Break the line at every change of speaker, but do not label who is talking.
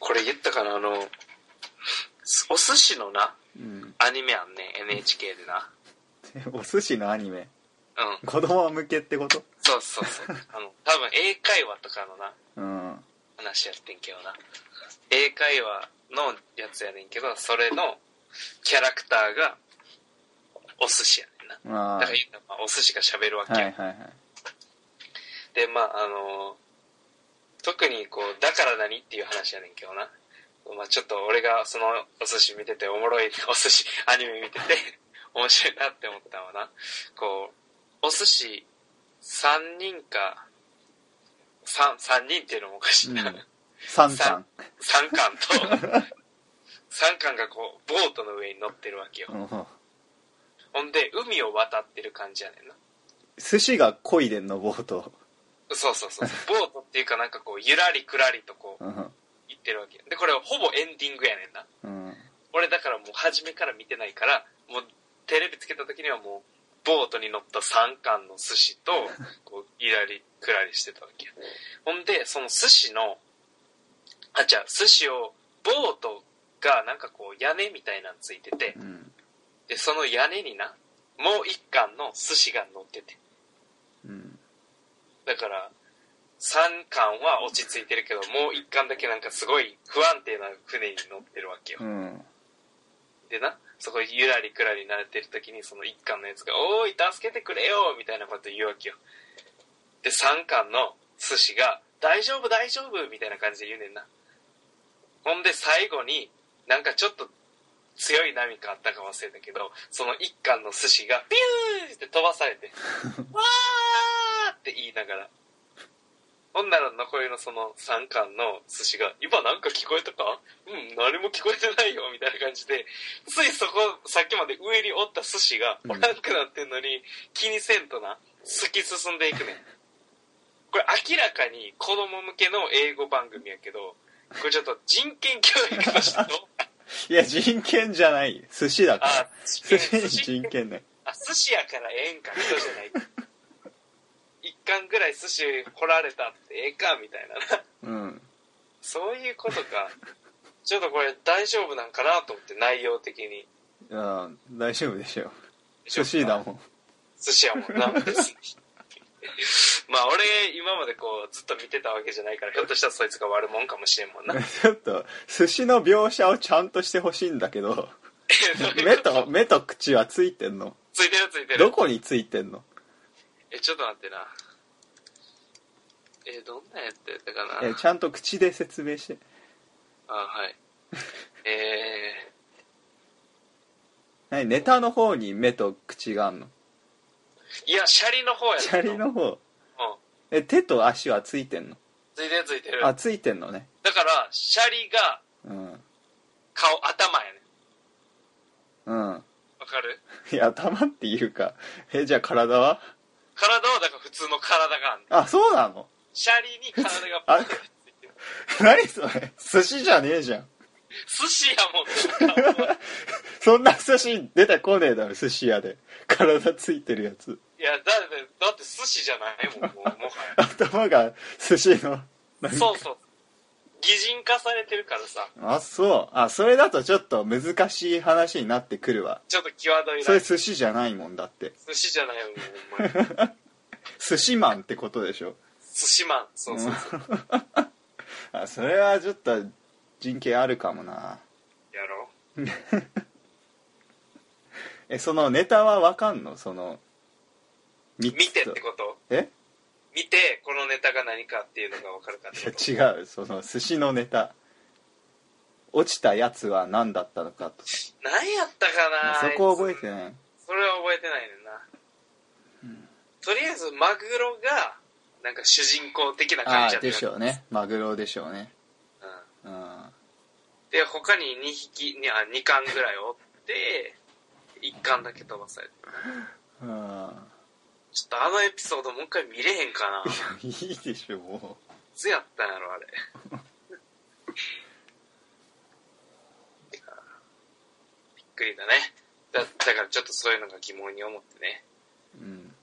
これ言ったかなあの、お寿司のな、
うん。
アニメあんね NHK でな。
お寿司のアニメ。
うん。
子供向けってこと
そうそう そう。あの、多分英会話とかのな、
うん。
話やってんけどな。英会話のやつやねんけど、それのキャラクターがお寿司やねんな。
まあ
だから言うたらまあお寿司が喋るわけや
は
ん。
いはいはい。
でまああの特にこうだから何っていう話やねんけどな、まあ、ちょっと俺がそのお寿司見てておもろい お寿司アニメ見てて 面白いなって思ったのはなこうお寿司3人か 3, 三人っていうのもおかしいな、
うんサンさん。
3巻と 3巻がこうボートの上に乗ってるわけよ、
うん
ほんで海を渡ってる感じやねんな
寿司が漕いでんの、ボート。
そうそうそうそうボートっていうかなんかこうゆらりくらりとこう
うん
言ってるわけでこれはほぼエンディングやねんな
うん。
俺だからもう初めから見てないからもうテレビつけた時にはもうボートに乗った3貫の寿司とこういらりくらりしてたわけやほんでその寿司のあじゃあ寿司をボートがなんかこう屋根みたいなのついてて
うん。
でその屋根になもう1貫の寿司が乗ってて
うん。
だから、3巻は落ち着いてるけど、もう1巻だけなんかすごい不安定な船に乗ってるわけよ
う。ん。
でな、そこゆらりくらり慣れてる時にその1巻のやつが、おーい、助けてくれよみたいなこと言うわけよ。で、3巻の寿司が、大丈夫、大丈夫みたいな感じで言うねんな。ほんで最後に、なんかちょっと強い波があったか忘れたけど、その1巻の寿司が、ピューって飛ばされ て、わーって言いながら。ほんなら残りのその3巻の寿司が、今なんか聞こえたかうん、何も聞こえてないよ、みたいな感じで、ついそこ、さっきまで上におった寿司が、
うん
おらんくなってんのに、気にせんとな、突き進んでいくねん。これ明らかに子供向けの英語番組やけど、これちょっと人権教育としての、
いや、人権じゃない。寿 司だから
あ。、
寿
人
司
権、
に人権ない。
あ、寿司やからええんか、人じゃない。一貫ぐらい寿司掘られたってええか、みたいなな。
うん。
そういうことか。ちょっとこれ大丈夫なんかなと思って、内容的に。
あー大丈夫でしょ。寿司だもん。
寿司やもんな。 別にまあ俺、今までこう、ずっと見てたわけじゃないから、ひょっとしたらそいつが悪もんかもしれんもんな。
ちょっと、寿司の描写をちゃんとしてほしいんだけど、 目
目
と、目と口はついてんの
ついてるついてる。
どこについてんの
え、ちょっと待ってな。え、どんなやつやったかな。
え、ちゃんと口で説明して。
あ、はい。え
何ネタの方に目と口があんの
ー、いや、シャリの方やった
チャリの方。
うん。
え、手と足はついてんの
ついてるついてる。
あ、ついてんのね。
だから、シャリが
うん。
顔、頭やね。
うん。
わかる
いや、頭っていうか、え、じゃあ体は
体はだから普通の体があんねん。
あ、そうなの
シャリに体が
あ
ポンってついてる。
何それ寿司じゃねえじゃん。
寿司やもんね。
そんな寿司出てこねえだろ、寿司屋で。体ついてるやつ。
いや、だって、だって寿司じゃないもん、もう、もはや。
頭が寿司の。なんか
そうそう。擬人化されてるからさ、
あ、そう。あ、それだとちょっと難しい話になってくるわ。
ちょっと際どい
それ
な。
寿司じゃないもんだって。
寿司じゃないもん、ほん まに。
寿司マンってことでしょ。
寿司マン。そうそう。
あ、それはちょっと人権あるかもな。
やろ
え、そのネタはわかんのその、見
見てってこと
え
見て、このネタが何かっていうのがわかるかってこと
いや違うその寿司のネタ落ちたやつは何だったのかと
何やったかな
かそこ覚え
な
て
い
ない
つそれは覚えてないねんな、とりあえずマグロがなんか主人公的な
あ
感じ
あ
やった
で
よ
しょうねマグロでしょうね
うん、
うん
で他に2匹にあ2巻ぐらいおって1巻だけ飛ばされて
うん
ちょっとあのエピソードもう一回見れへんかない
いでしょも
いつやったんやろあれいやびっくりだねだだからちょっとそういうのが疑問に思ってね
う、うん、